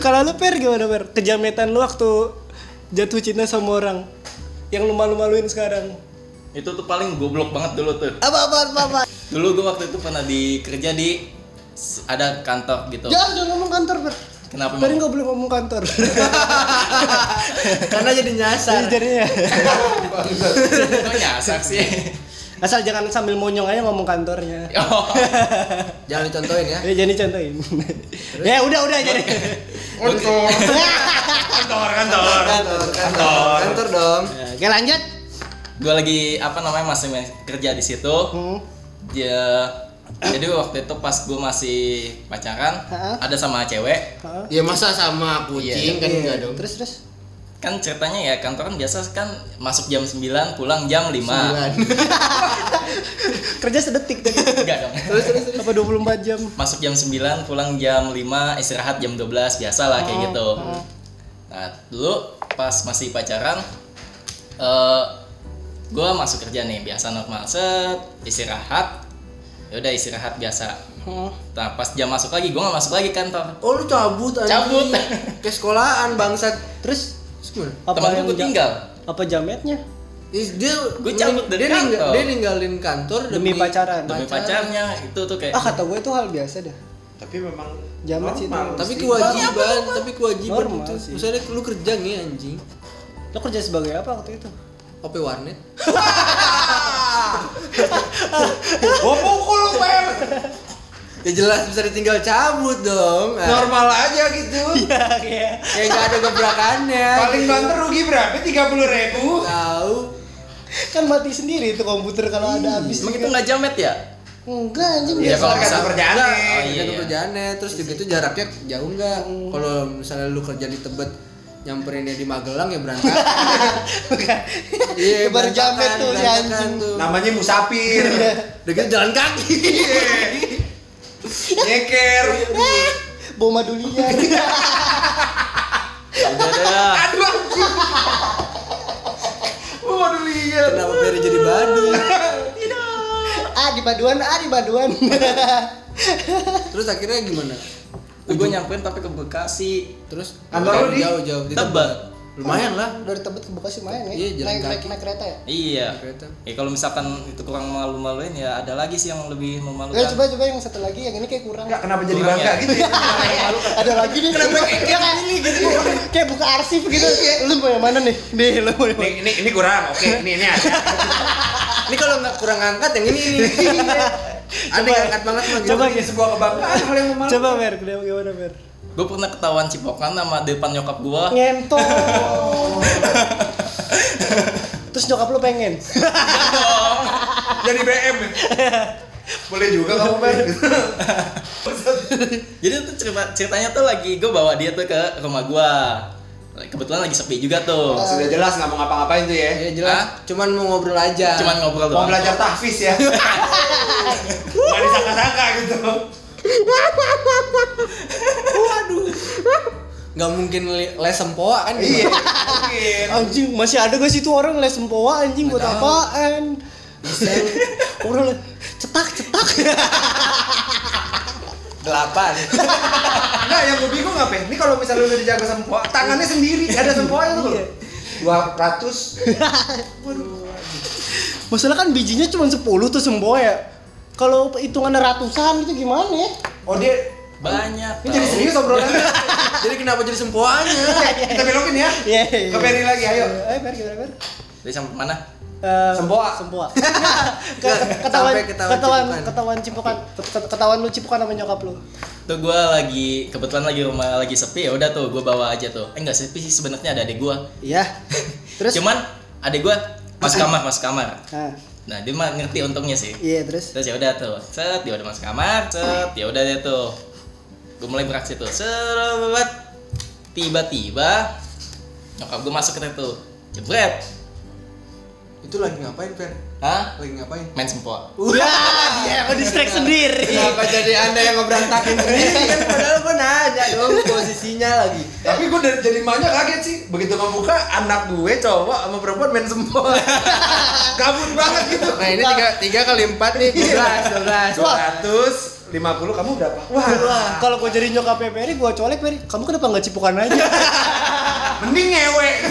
Kalau lu per gimana per? Kejametan lu waktu jatuh cinta sama orang yang lu malu-maluin sekarang. Itu tuh paling goblok banget dulu tuh. Apa apa apa apa? Dulu gue waktu itu pernah dikerja di s- ada kantor gitu. Jangan jangan ngomong kantor per. Kenapa Tadi mau? nggak boleh ngomong kantor. Karena jadi nyasar. Jadi jadinya. Kok nyasar sih? Asal jangan sambil monyong aja ngomong kantornya. Oh, Jangan dicontohin ya. Ya jadi contohin. ya udah udah jadi. Untuk kantor kantor. Oh, Kantor, kantor, kantor dong. Oke lanjut. gue lagi apa namanya masih ma- kerja di situ. Hmm. Ya, jadi waktu itu pas gue masih pacaran, Ha? ada sama cewek. Ya masa sama kucing kan enggak dong. Iya, Terus terus. Kan ceritanya ya kantor kan biasa kan masuk jam 9, pulang jam 5. Bulan. Kerja sedetik tadi. Enggak dong. Terus terus terus. Apa 24 jam? Masuk jam 9, pulang jam 5, istirahat jam 12, biasa lah kayak gitu. Nah, dulu pas masih pacaran eh gua masuk kerja nih, biasa normal set, istirahat. Ya udah istirahat biasa. Hmm. Nah, pas jam masuk lagi, gua nggak masuk lagi kantor. Oh lu cabut anjing. Cabut. Ke sekolahan bangsat. Terus Terus gimana? apa Temen yang gua ja- tinggal. Apa jametnya? Ih, dia Gua cabut dari dia, ningga- kantor. dia ninggalin kantor Demi pacaran. Demi pacarnya itu tuh kayak Ah kata gue itu hal biasa dah. Tapi memang Jamet sih normal itu. Tapi sih. kewajiban, tapi kewajiban Normal itu. sih. Misalnya lu kerja nih anjing. Lo kerja sebagai apa waktu itu? OP warnet. Gua pukul lu per. Ya jelas bisa ditinggal cabut dong. Ah, Normal aja gitu. Iya. Ya enggak ada gebrakannya. Gitu. Paling banter rugi berapa? Tiga puluh ribu. tahu. kan mati sendiri itu komputer kalau Iya. ada habis. Emang itu nggak jamet ya? Enggak anjing Ya, biasa. kalau misal- kata kerjaan Enggak, Oh, ada iya, iya. kerjaannya. Terus juga itu jaraknya jauh enggak? Kalau misalnya lu kerja di Tebet nyamperinnya di Magelang ya berantakan. Bukan. Iya, ya Baru jamet berantakan, tuh si berantakan anjing. Iya. tuh. Namanya musafir. Udah gitu jalan kaki. Nyeker. Boma dulinya. Ya Udah dah. Aduh. anjing. Gua mau lihat. Kenapa Ferry jadi badut? ah di paduan, ah di paduan. Terus akhirnya gimana? Tuh gue nyamperin tapi ke Bekasi. Terus Kantor lu di- jauh jauh di Tebet. Tebet. Lumayan lah. Dari Tebet ke Bekasi main ya. Iya, jalan naik, naik, kaki. naik kereta ya. Iya. Kereta. Ya kalau misalkan itu kurang malu-maluin ya ada lagi sih yang lebih memalukan. Ya coba coba yang satu lagi yang ini kayak kurang. Enggak kenapa jadi Kurang bangga ya? gitu ya? ada lagi nih. Kenapa kayak ini gitu? Kayak buka arsip Iya. gitu. Lu mau yang mana nih? Nih, lu mau yang Ini mana? ini ini kurang. Oke, ini ini ada. Ini kalau nggak kurang angkat yang ini. ini. Ada yang angkat banget mah gitu. Coba Ini sebuah kebanggaan hal yang memalukan. Coba Mer, kenapa gimana Mer? Gue pernah ketahuan cipokan sama depan nyokap gue. Ah. Ngentong. Terus nyokap lu pengen? Jadi BM. ya? Boleh juga kamu per. Jadi tuh cerita- ceritanya tuh lagi gue bawa dia tuh ke rumah gue. Kebetulan lagi sepi juga tuh. Sudah jelas nggak mau ngapa-ngapain tuh ya. Ya jelas. Hah? Cuman mau ngobrol aja. Cuman ngobrol Mau doang. belajar tahfiz ya. Enggak disangka-sangka gitu. nggak mungkin li- les sempoa kan? Iya. gimana? Mungkin. Anjing, masih ada gak sih tuh orang les sempoa anjing buat Nggak tahu. apaan? Orang le- cetak cetak. Delapan. Enggak, yang gue bingung apa? ya? Ini kalau misalnya lu udah dijaga sempoa, tangannya sendiri ada sempoanya tuh. Iya. Dua ratus. Masalah kan bijinya cuma 10 tuh sempoa ya. Kalau hitungan ratusan gitu gimana ya? Oh dia Banyak. ini jadi tau. serius obrolannya. Jadi kenapa jadi sempoanya? Kita belokin ya. Iya. Eh, Ke Ferry lagi, ayo. Ayo Mer, gimana Mer? Jadi sampai mana? Eh, Sempoa. Sempoa. Ke- ketahuan Sampai ketahuan ketahuan cipokan. ketahuan cipokan Ket- ketahuan lu cipokan sama nyokap lu. Tuh gue lagi kebetulan lagi rumah lagi sepi ya udah tuh gue bawa aja tuh. Eh enggak sepi sih sebenarnya ada adik gue. Iya. Terus Cuman adik gue masuk kamar masuk kamar. Nah, Nah dia mah ngerti untungnya sih. iya terus. terus ya udah tuh set dia udah masuk kamar set ya udah dia tuh gue mulai beraksi tuh seret tiba-tiba nyokap gue masuk ke tuh jebret Itu lagi ngapain, Fer? hah Lagi ngapain? main sempoa Wah, dia kok distract Iya, sendiri. Kenapa jadi anda yang ngebrantakin sendiri kan? Padahal gua nanya dong posisinya lagi. Tapi gue dari jadi emaknya kaget sih. Begitu membuka anak gue cowok sama perempuan main sempoa. Kabur banget gitu. Iya. Nah ini tiga, tiga kali empat nih, 12, 12 Dua ratus. 50 kamu berapa? Wah, Wah, kalau gue jadi nyokapnya Peri, gue colek Peri. Kamu kenapa nggak cipukan aja? mending ngewe.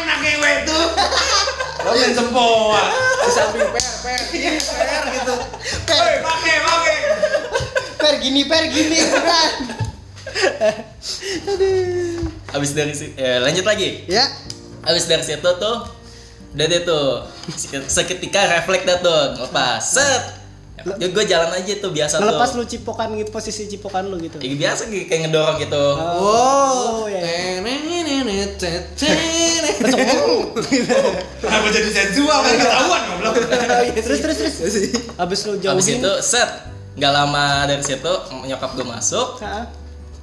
Enak ngewe tuh. Lo main sempoa. Di samping per, per, iya, per gitu. Hei, pakai, pakai. per gini, per gini, beneran. Abis dari si- eh, lanjut lagi. Ya, Abis dari situ tuh udah deh tuh Sek- seketika refleks dah tuh ngelepas set gue jalan aja tuh biasa ngelepas lu tuh cipokan gitu, posisi cipokan lu gitu. Ya, biasa kayak ngedorong gitu Oh, Oh, iya, iya. tenenenene, tetene. Kenapa jadi sensual kan ketahuan goblok. terus terus terus. Abis lu Eh, jauhin. Habis itu set nggak lama dari situ nyokap gue masuk Ha?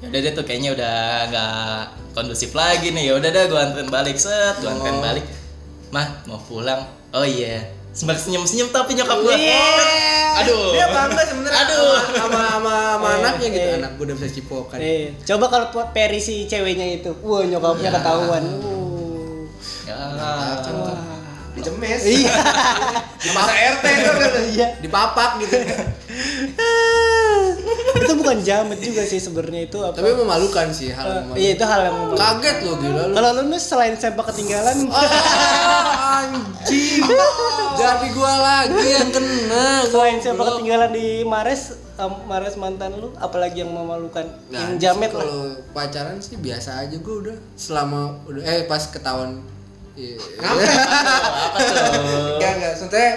ya udah deh tuh kayaknya udah nggak kondusif lagi nih ya udah dah gue anterin balik set gue Oh. anterin balik mah mau pulang oh iya sembari senyum senyum tapi nyokap gue Iya. aduh Dia bangga sebenarnya. Aduh. sama- sama sama, sama Eh, anaknya gitu. eh. Anak gue udah bisa cipokan. Eh, coba kalau buat Peri si ceweknya itu. Wah, nyokapnya ketahuan. Uh. ya. Dicemes. Iya. Di masa RT itu kan. Iya. Dipapak gitu. itu bukan jamet juga sih sebenarnya itu apa? Tapi memalukan sih hal Eh, memalukan. iya, itu hal yang memalukan. Kaget lo gila lo. Kalau lu Nus, selain sempak ketinggalan, Anjing. Jadi gua lagi yang kena. selain sempak goblok. ketinggalan di Mares, em, Mares mantan lu, apalagi yang memalukan, Nah, yang jamet sih lah. kalau pacaran sih biasa aja gue udah selama udah eh pas ketahuan iya. Enggak, enggak. Maksudnya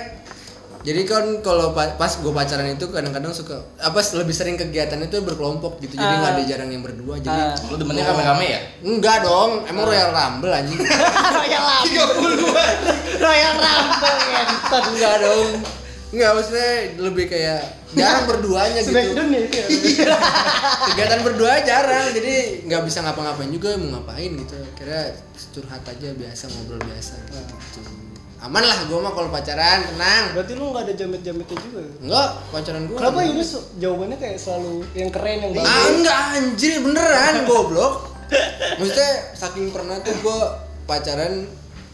jadi kan kalau pa- pas gue pacaran itu kadang-kadang suka apa lebih sering kegiatannya itu berkelompok gitu jadi Ah. nggak ada jarang yang berdua jadi lu demennya rame-rame ya enggak dong Ah. emang Royal Rumble anjing Royal Rumble. Royal Rumble ya. ngentot. enggak dong enggak maksudnya lebih kayak jarang berduanya gitu Smackdown ya itu. ya? kegiatan berdua jarang jadi nggak bisa ngapa-ngapain juga mau ngapain gitu kira curhat aja biasa ngobrol biasa gitu. aman lah gue mah kalau pacaran tenang Berarti lu nggak ada jamet-jametnya juga. enggak pacaran gue Kenapa Yunus jawabannya kayak selalu yang keren yang ah, bagus? enggak anjir beneran goblok maksudnya saking pernah tuh gue pacaran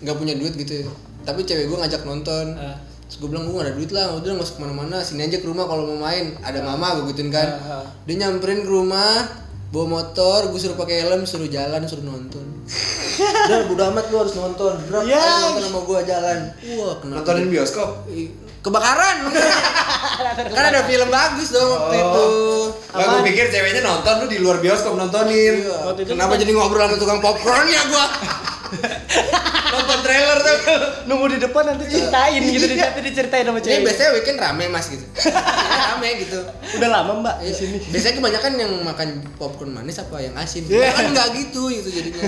nggak punya duit gitu tapi cewek gue ngajak nonton Ah. terus gue bilang gue gak ada duit lah udah nggak usah kemana-mana sini aja ke rumah kalau mau main ada mama gue gituin kan Ah, ah. dia nyamperin ke rumah bawa motor gue suruh pakai helm suruh jalan suruh nonton udah bodo amat lu harus nonton berapa Ya. nonton sama gue jalan wah kenapa nontonin bioskop. Ih, kebakaran kan ada film bagus dong waktu itu Lah gue pikir ceweknya nonton lu di luar bioskop nontonin. Iya. Waktu itu kan- Kenapa jadi ngobrol sama tukang popcornnya gua? Nonton trailer tuh. nunggu di depan nanti ceritain gitu di tapi diceritain sama Ah. Iya. Ini cewek. biasanya weekend rame mas gitu. rame gitu. Udah lama Mbak di Iya. sini. Biasanya kebanyakan yang makan popcorn manis apa yang asin. Iya. Kan nggak gitu itu jadinya.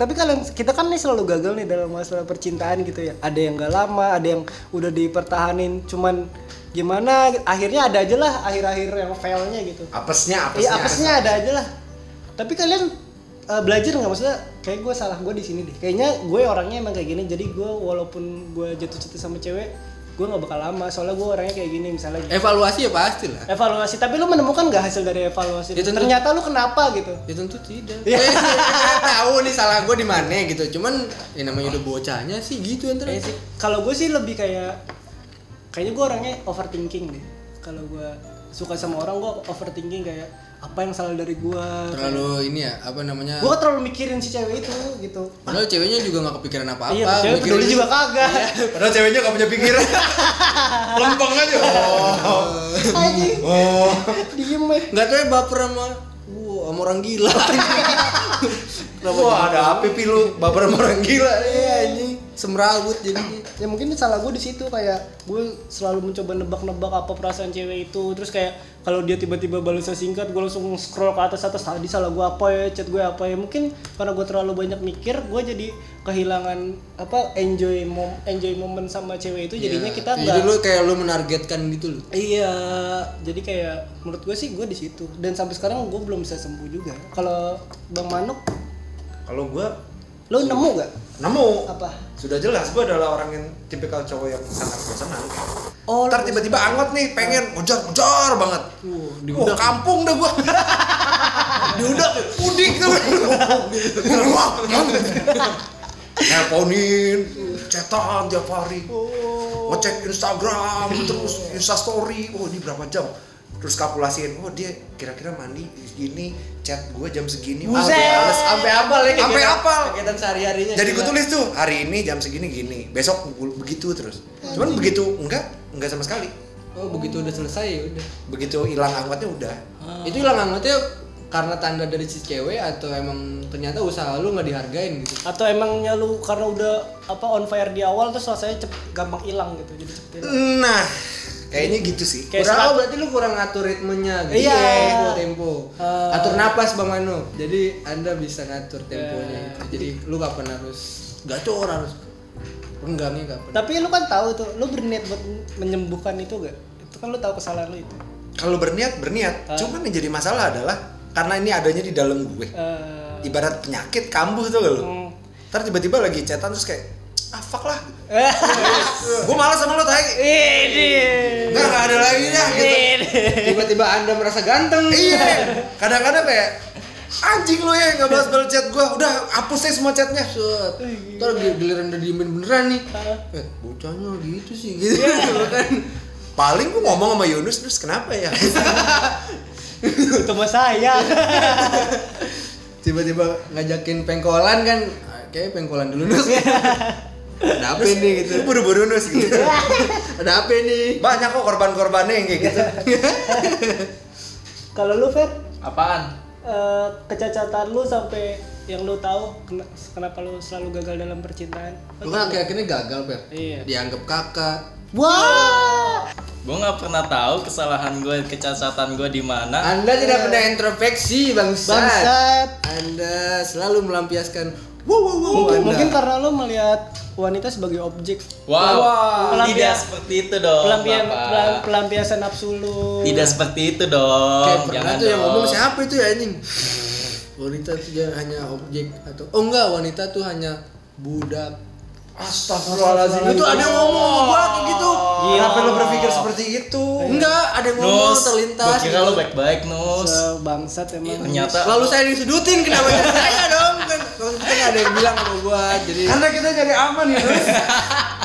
Tapi kalian kita kan nih selalu gagal nih dalam masalah percintaan gitu ya. Ada yang gak lama, ada yang udah dipertahanin cuman gimana akhirnya ada aja lah akhir-akhir yang failnya gitu. Apesnya, apesnya. Iya apesnya ada aja lah. Tapi kalian eh, belajar nggak maksudnya? Kayak gue salah gue di sini deh. Kayaknya gue orangnya emang kayak gini. Jadi gue walaupun gue jatuh cinta sama cewek, gue nggak bakal lama. Soalnya gue orangnya kayak gini misalnya. gitu. Evaluasi ya pasti lah. Evaluasi. Tapi lu menemukan nggak hasil dari evaluasi? Ya, tentu. Ternyata lu kenapa gitu? Ya tentu tidak. Iya. Eh, tahu nih salah gua di mana gitu. Cuman ya namanya udah bocahnya sih gitu antara. Kayak sih. Kalau gue sih lebih kayak kayaknya gue orangnya overthinking deh. Kalau gue suka sama orang gue overthinking kayak apa yang salah dari gue. Terlalu ini ya apa namanya? Gue terlalu mikirin si cewek itu gitu. Padahal ceweknya juga nggak kepikiran apa-apa. Iya, cewek Mikirin Iya. peduli ini- juga kagak. Padahal ceweknya gak punya pikiran. Lempeng aja. Oh. Anjing. Oh. Diem ya. Nggak tahu ya baper sama Wah, sama orang gila. Wah, ada apa pi lu? Baper sama orang gila. Iya anjing, semrawut jadinya. ya mungkin salah gue di situ kayak gue selalu mencoba nebak-nebak apa perasaan cewek itu terus kayak kalau dia tiba-tiba balasnya singkat gue langsung scroll ke atas atas tadi salah gue apa ya chat gue apa ya mungkin karena gue terlalu banyak mikir gue jadi kehilangan apa enjoy mom enjoy momen sama cewek itu jadinya Iya. kita Jadi lu nggak kayak lu menargetkan gitu loh. iya jadi kayak menurut gue sih gue di situ dan sampai sekarang gue belum bisa sembuh juga kalau bang Manuk Kalau gua lo nemu gak nemu apa sudah jelas gua adalah orang yang tipikal cowok yang sangat bosenan. Oh, Ntar tiba-tiba angot nih, pengen ngejar ngejar banget. Uh, Wah, kampung dah gua. diudak, udik tuh. Wah, Teleponin, chatan tiap hari. Ngecek Instagram, terus Instastory. Oh, ini berapa jam? terus kalkulasiin oh dia kira-kira mandi gini chat gue jam segini Buset. Sampai apal ya, Sampai kegiatan- apal. Kegiatan sehari-harinya. jadi gue gila. tulis tuh hari ini jam segini gini besok bu- begitu terus cuman begitu enggak enggak sama sekali Oh, begitu udah selesai ya udah. begitu hilang angkatnya udah Ah. Itu hilang anggotnya karena tanda dari si cewek atau emang ternyata usaha lu nggak dihargain gitu. atau emangnya lu karena udah apa on fire di awal terus rasanya cep, gampang hilang gitu jadi cepet hilang. nah kayaknya gitu sih Kayak kurang serat- oh, berarti lu kurang ngatur ritmenya gitu. Iya. Tempo, tempo. Eh. Atur napas Bang Manu. Jadi Anda bisa ngatur temponya itu. Jadi lu kapan harus gacor harus renggangnya kapan. tapi lu kan tahu tuh lu berniat buat menyembuhkan itu gak itu kan lu tahu kesalahan lu itu kalau berniat berniat cuman yang jadi masalah adalah karena ini adanya di dalam gue Eh, ibarat penyakit kambuh tuh gak lu Hmm. ntar tiba-tiba lagi chatan terus kayak ah fuck lah Iya. gue malas sama lo tai eh, ini nggak nggak ada lagi dah gitu Tiba-tiba Anda merasa ganteng. iya kadang-kadang kayak anjing lo ya nggak balas balas chat gue udah hapus aja semua chatnya Set. Iya. Ntar gil- giliran udah diemin beneran nih. Eh, bocahnya gitu sih gitu. Iya. kan. paling gue ngomong sama Yunus terus kenapa ya itu mah saya Tiba-tiba ngajakin pengkolan kan. ah, Kayaknya pengkolan dulu Nus. Iya. Ada apa nih gitu. Lu buru-buru Nus gitu Ada apa nih? banyak kok korban-korbannya yang kayak gitu kalau lu Fer Apaan? eh, kecacatan lu sampai yang lu tahu kena- kenapa lu selalu gagal dalam percintaan Lu kan akhir-akhirnya gagal, Per. Iya. Dianggap kakak. wah Gue nggak pernah tahu kesalahan gue, kecacatan gue di mana. Anda tidak pernah introspeksi, bangsat. Iya. bangsat Anda selalu melampiaskan wow wow wow mungkin Anda. mungkin karena lu melihat wanita sebagai objek Wow, Pelampian- tidak seperti itu dong. pelampian Bapak. pelam- pelampiasan nafsu lu Tidak seperti itu dong. Kayak pernah Oh, Jangan tuh yang dong. ngomong siapa itu ya anjing? Wanita itu jangan hanya objek atau oh enggak wanita tuh hanya budak. Astagfirullahaladzim itu ada yang ngomong sama gue kayak gitu kenapa lo berpikir seperti itu Enggak, ada yang ngomong Nus, terlintas. gua kira oh. gitu. lo baik-baik Nus. sebangsat emang Ternyata Lalu saya disudutin kenapa jadi saya dong kan kalau kita nggak ada yang bilang sama gua jadi karena kita jadi aman Yunus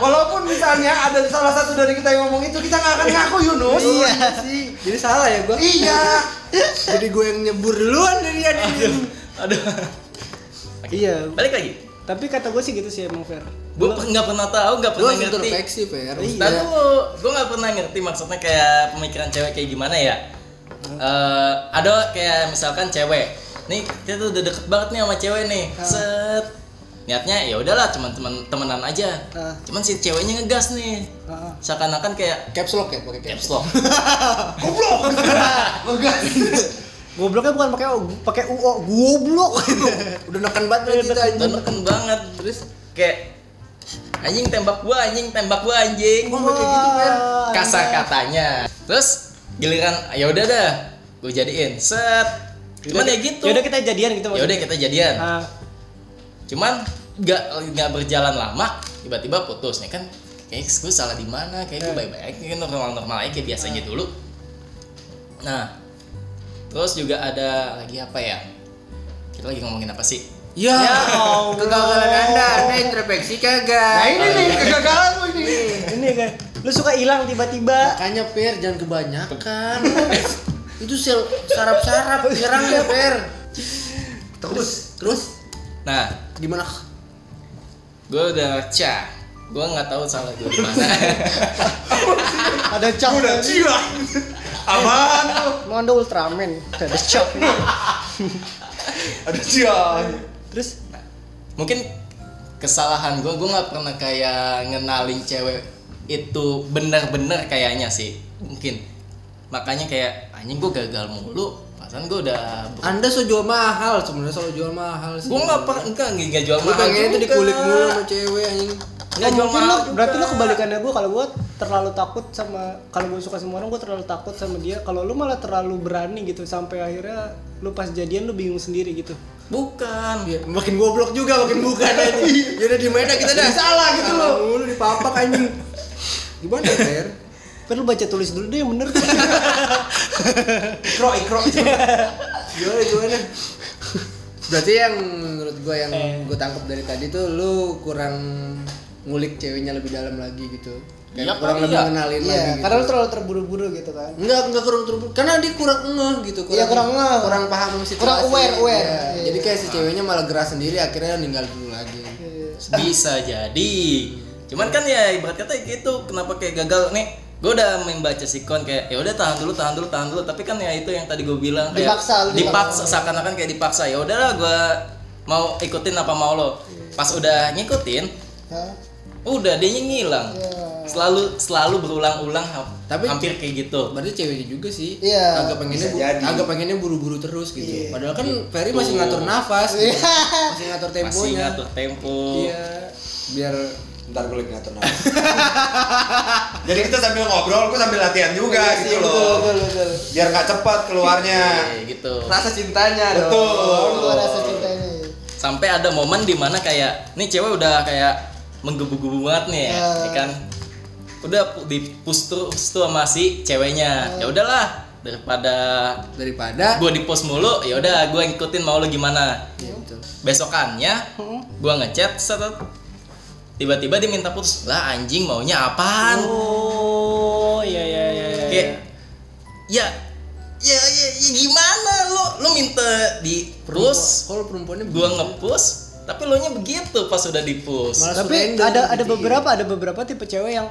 walaupun misalnya ada salah satu dari kita yang ngomong itu kita nggak akan ngaku Yunus iya sih jadi salah ya gua iya jadi gua yang nyebur duluan dari dia aduh. iya Balik lagi. tapi kata gue sih gitu sih emang Fer Gue nggak pernah tahu, nggak pernah gua ngerti. harus introspeksi Iya. per Tapi gue nggak pernah ngerti maksudnya kayak pemikiran cewek kayak gimana ya. Eh, ada kayak misalkan cewek, nih kita tuh udah deket banget nih sama cewek nih. Set. Niatnya ya udahlah cuman temen temenan aja. Ah. Cuman si ceweknya ngegas nih. Ah. Seakan-akan kayak caps lock ya pakai caps caps lock. gobloknya bukan pakai O, pakai uo goblok udah neken banget berarti itu Dan anjing neken banget. Terus kayak anjing tembak gua, anjing tembak gua anjing. Gua kayak gitu per Ah. kasar katanya terus giliran ya udah dah gue jadiin set cuman ya gitu yaudah kita jadian gitu ya udah kita jadian Ah, cuman nggak nggak berjalan lama tiba-tiba putus nih kan kayak gue salah di mana kayak gue Iya. baik-baik kayak normal-normal aja kayak biasanya dulu nah terus juga ada lagi apa ya kita lagi ngomongin apa sih ya Allah. kegagalan anda anda introspeksi nah kagak Iya. ini nih kegagalan lo ini ini kan lu suka hilang tiba-tiba makanya per jangan kebanyakan itu sel sarap-sarap nyerang ya per terus terus nah gimana gue udah cah gue nggak tahu salah gue di mana ada cok udah gila aman lo mau anda ultraman ada cok ada dia terus mungkin kesalahan gue gue nggak pernah kayak ngenalin cewek itu bener-bener kayaknya sih mungkin makanya kayak anjing gue gagal mulu pasan gue udah anda so jual mahal sebenarnya selalu jual mahal sih gue nggak pernah enggak enggak, enggak jual lu mahal pengen itu juga. dikulik mulu sama cewek anjing enggak jual Oh, mungkin mahal lo- berarti lo juga. kebalikannya gue kalau gue terlalu takut sama kalau gue suka sama orang gue terlalu takut sama dia kalau lu malah terlalu berani gitu sampai akhirnya lu pas jadian lu bingung sendiri gitu bukan Ya, makin goblok juga makin bukan anjing. Yaudah di mana kita dah salah gitu loh mulu dipapak anjing gimana ya, per Fer, lu baca tulis dulu deh yang bener ikro ikro gimana gimana berarti yang menurut gue yang Eh. gue tangkap dari tadi tuh lu kurang ngulik ceweknya lebih dalam lagi gitu Iya Kayak kurang kali lebih ya. kenalin Iya, lagi gitu. karena lu terlalu terburu-buru gitu kan. Enggak, enggak kurang terburu karena dia kurang ngeh gitu, Iya, kurang ngeh. kurang paham situasi. Kurang aware, aware. Iya, Iya. Jadi kayak si ceweknya malah gerak sendiri akhirnya ninggal dulu lagi. Iya. bisa jadi cuman kan ya ibarat kata gitu kenapa kayak gagal nih gue udah membaca sikon kayak ya udah tahan dulu tahan dulu tahan dulu tapi kan ya itu yang tadi gue bilang kayak Dipaksa, lu dipaksa seakan-akan kayak dipaksa ya udahlah gue mau ikutin apa mau lo pas udah ngikutin Hah? udah dia ngilang Iya. selalu selalu berulang-ulang ha- Tapi- hampir kayak gitu Berarti ceweknya juga sih. Iya. Agak pengennya Bisa bu- jadi. agak pengennya buru-buru terus gitu. Iya. Iya. Padahal kan Ferry masih ngatur nafas. gitu, Masih ngatur masih temponya. ngatur tempo Iya. Biar Ntar gue lagi ngatur nafas. Jadi kita sambil ngobrol, gue sambil latihan juga gitu Iya, loh. Betul, betul. Biar nggak cepat keluarnya. Kayak gitu rasa cintanya Betul. Itu rasa cinta ini. sampai ada momen dimana kayak nih cewek udah kayak menggebu-gebu banget nih ya, Ya. ya kan udah pu- di push terus tuh sama si ceweknya Iya. ya udahlah daripada Daripada gue di post mulu ya udah gue ngikutin mau lo gimana Iya, betul. besokannya Hmm. gue ngechat set tiba-tiba dia minta putus lah anjing maunya apaan Oh, iya iya iya. iya, kayak iya. ya ya ya, ya gimana lo lo minta di terus kalau perempuannya gue ngepush tapi lo nya begitu pas udah di push Malah tapi surrender ada ada gitu. beberapa ada beberapa tipe cewek yang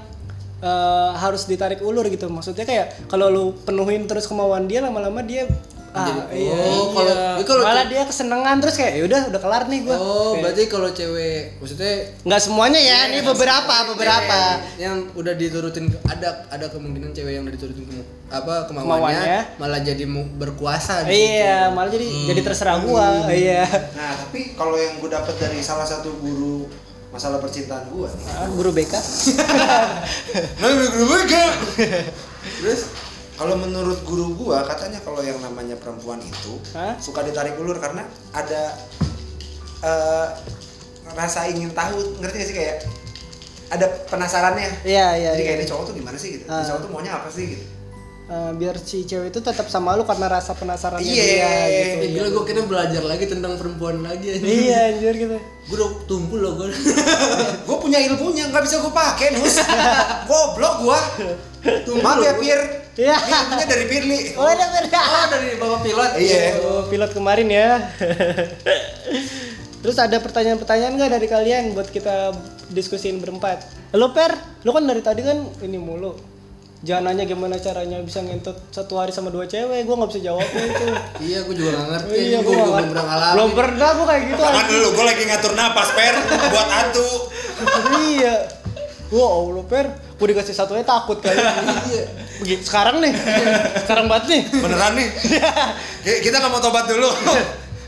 eh, harus ditarik ulur gitu maksudnya kayak kalau lu penuhin terus kemauan dia lama-lama dia ah, Jadi- iya, oh, iya. kalau- tapi kalau- malah dia kesenangan terus kayak yaudah udah kelar nih gua Oh, Kayak- berarti kalau cewek maksudnya nggak semuanya ya ini beberapa beberapa cewek yang udah diturutin ke- ada ada kemungkinan cewek yang udah diturutin kemu- apa Kemauannya. kemauannya malah jadi mu- berkuasa gitu. iya malah jadi jadi terserah gua iya Nah, tapi kalau yang gue dapat dari salah satu guru masalah percintaan gue nih. Ah, guru BK Nah, guru mereka. Terus kalau menurut guru gua katanya kalau yang namanya perempuan itu Hah? suka ditarik ulur karena ada eh, rasa ingin tahu, ngerti gak sih kayak ada penasarannya. iya iya Jadi iya. kayak ini cowok tuh gimana sih gitu. Ah. Ini cowok tuh maunya apa sih gitu. Eh, biar si cewek itu tetap sama lu karena rasa penasarannya Iya. dia Eh, gitu gila gue kena belajar lagi tentang perempuan lagi anjing. iya anjir gitu Gue udah tumpul loh gue. gue punya ilmunya nggak bisa gue pakai nus goblok gue maaf ya pir Iya. ini ilmunya dari pirli oh ada beda Oh, dari Bapak pilot. iya Oh, pilot kemarin ya. Terus ada pertanyaan-pertanyaan nggak dari kalian buat kita diskusiin berempat? Lo per, lo kan dari tadi kan ini mulu. Jangan nanya gimana caranya bisa ngentot satu hari sama dua cewek, gua nggak bisa jawabnya itu. Iya, gue juga gak ngerti. iya, gua gue juga nggak- belum pernah ngalamin. Belum pernah gua kayak gitu. Jangan anjing. dulu, gue lagi ngatur napas per buat atu. iya. Wow, lo per, gua dikasih satunya takut kali. Iya. Begitu sekarang nih, sekarang banget nih. Beneran nih. Ki- Kita nggak mau tobat dulu.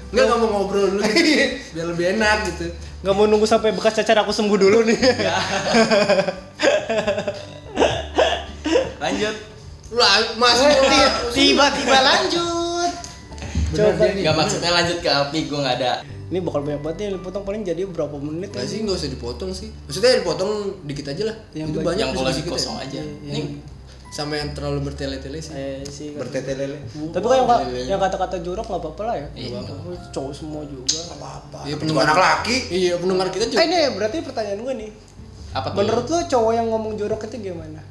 Enggak nggak mau ngobrol dulu gitu, Iya. biar lebih enak gitu. Nggak mau nunggu sampai bekas cacar aku sembuh dulu nih. lanjut Lah, Mas. Iya. Tiba-tiba lanjut. Coba. Coba Gak maksudnya lanjut ke api gue nggak ada. Ini bakal banyak banget nih yang dipotong paling jadi berapa menit ya. Gak sih nggak usah dipotong sih. Maksudnya dipotong dikit aja lah. Yang Itu ba- banyak yang kalau lagi dikit-dikit ya. kosong aja. Ini Sama yang terlalu bertele-tele sih. Eh, sih. Bertetelele. Tapi kan yang, yang kata-kata jorok nggak apa-apa lah ya. Iya, Nggak apa-apa. Cowok semua juga. Nggak apa-apa. Iya Juga anak laki. Iya pendengar kita Eh juga. ini berarti pertanyaan gue nih. apa tuh? Menurut lo cowok yang ngomong jorok itu gimana?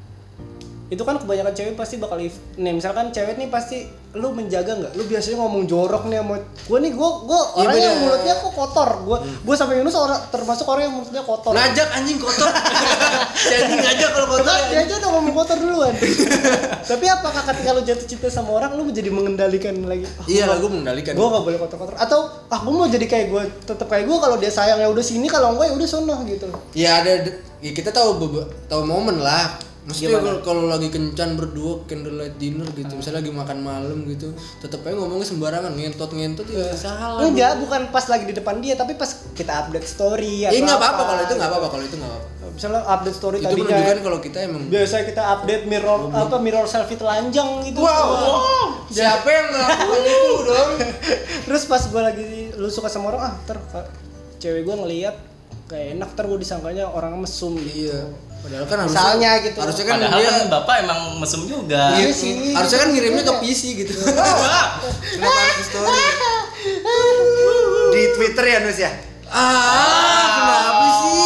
Itu kan kebanyakan cewek pasti bakal if- nih misalkan cewek nih pasti lu menjaga nggak? Lu biasanya ngomong jorok nih sama gue nih gue gue Iya, orang yang bener. Hmm. mulutnya kok kotor. Gue gue sampai Yunus orang termasuk orang yang mulutnya kotor. Ngajak anjing kotor. Jadi ngajak kalau Nah, kotor. ya. Padahal dia aja udah ngomong kotor duluan. Tapi apakah ketika lu jatuh cinta sama orang lu menjadi mengendalikan lagi? Ah, Iya lah gue mengendalikan. Gue gak boleh kotor-kotor atau ah gue mau jadi kayak gue tetap kayak gue kalau dia sayang ya udah sini kalau enggak ya udah sono gitu. Ya ada ya kita tahu bebe- tahu momen lah. Maksudnya Gimana? kalau- kalau lagi kencan berdua candlelight dinner gitu, misalnya lagi makan malam gitu, tetep aja ngomongnya sembarangan, ngentot-ngentot ya salah. Enggak, bukan pas lagi di depan dia tapi pas kita update story Ya nggak apa-apa kalau itu nggak apa-apa kalau itu nggak apa-apa. Misalnya update story Itu tadinya menunjukkan kalau kita emang biasa kita update mirror apa mirror selfie telanjang gitu. siapa yang melakukan itu dong? Terus pas gue lagi lu suka sama orang ah ter cewek gue ngeliat kayak enak ter gue disangkanya orang mesum gitu. Iya. Padahal kan harusnya Misalnya gitu. Harusnya kan Padahal dia kan bapak emang mesum juga. Iya. Iya. Iya sih. Harusnya kan ngirimnya ke PC gitu. Kenapa harus di story? Di Twitter ya Nus ya. Ah, kenapa sih?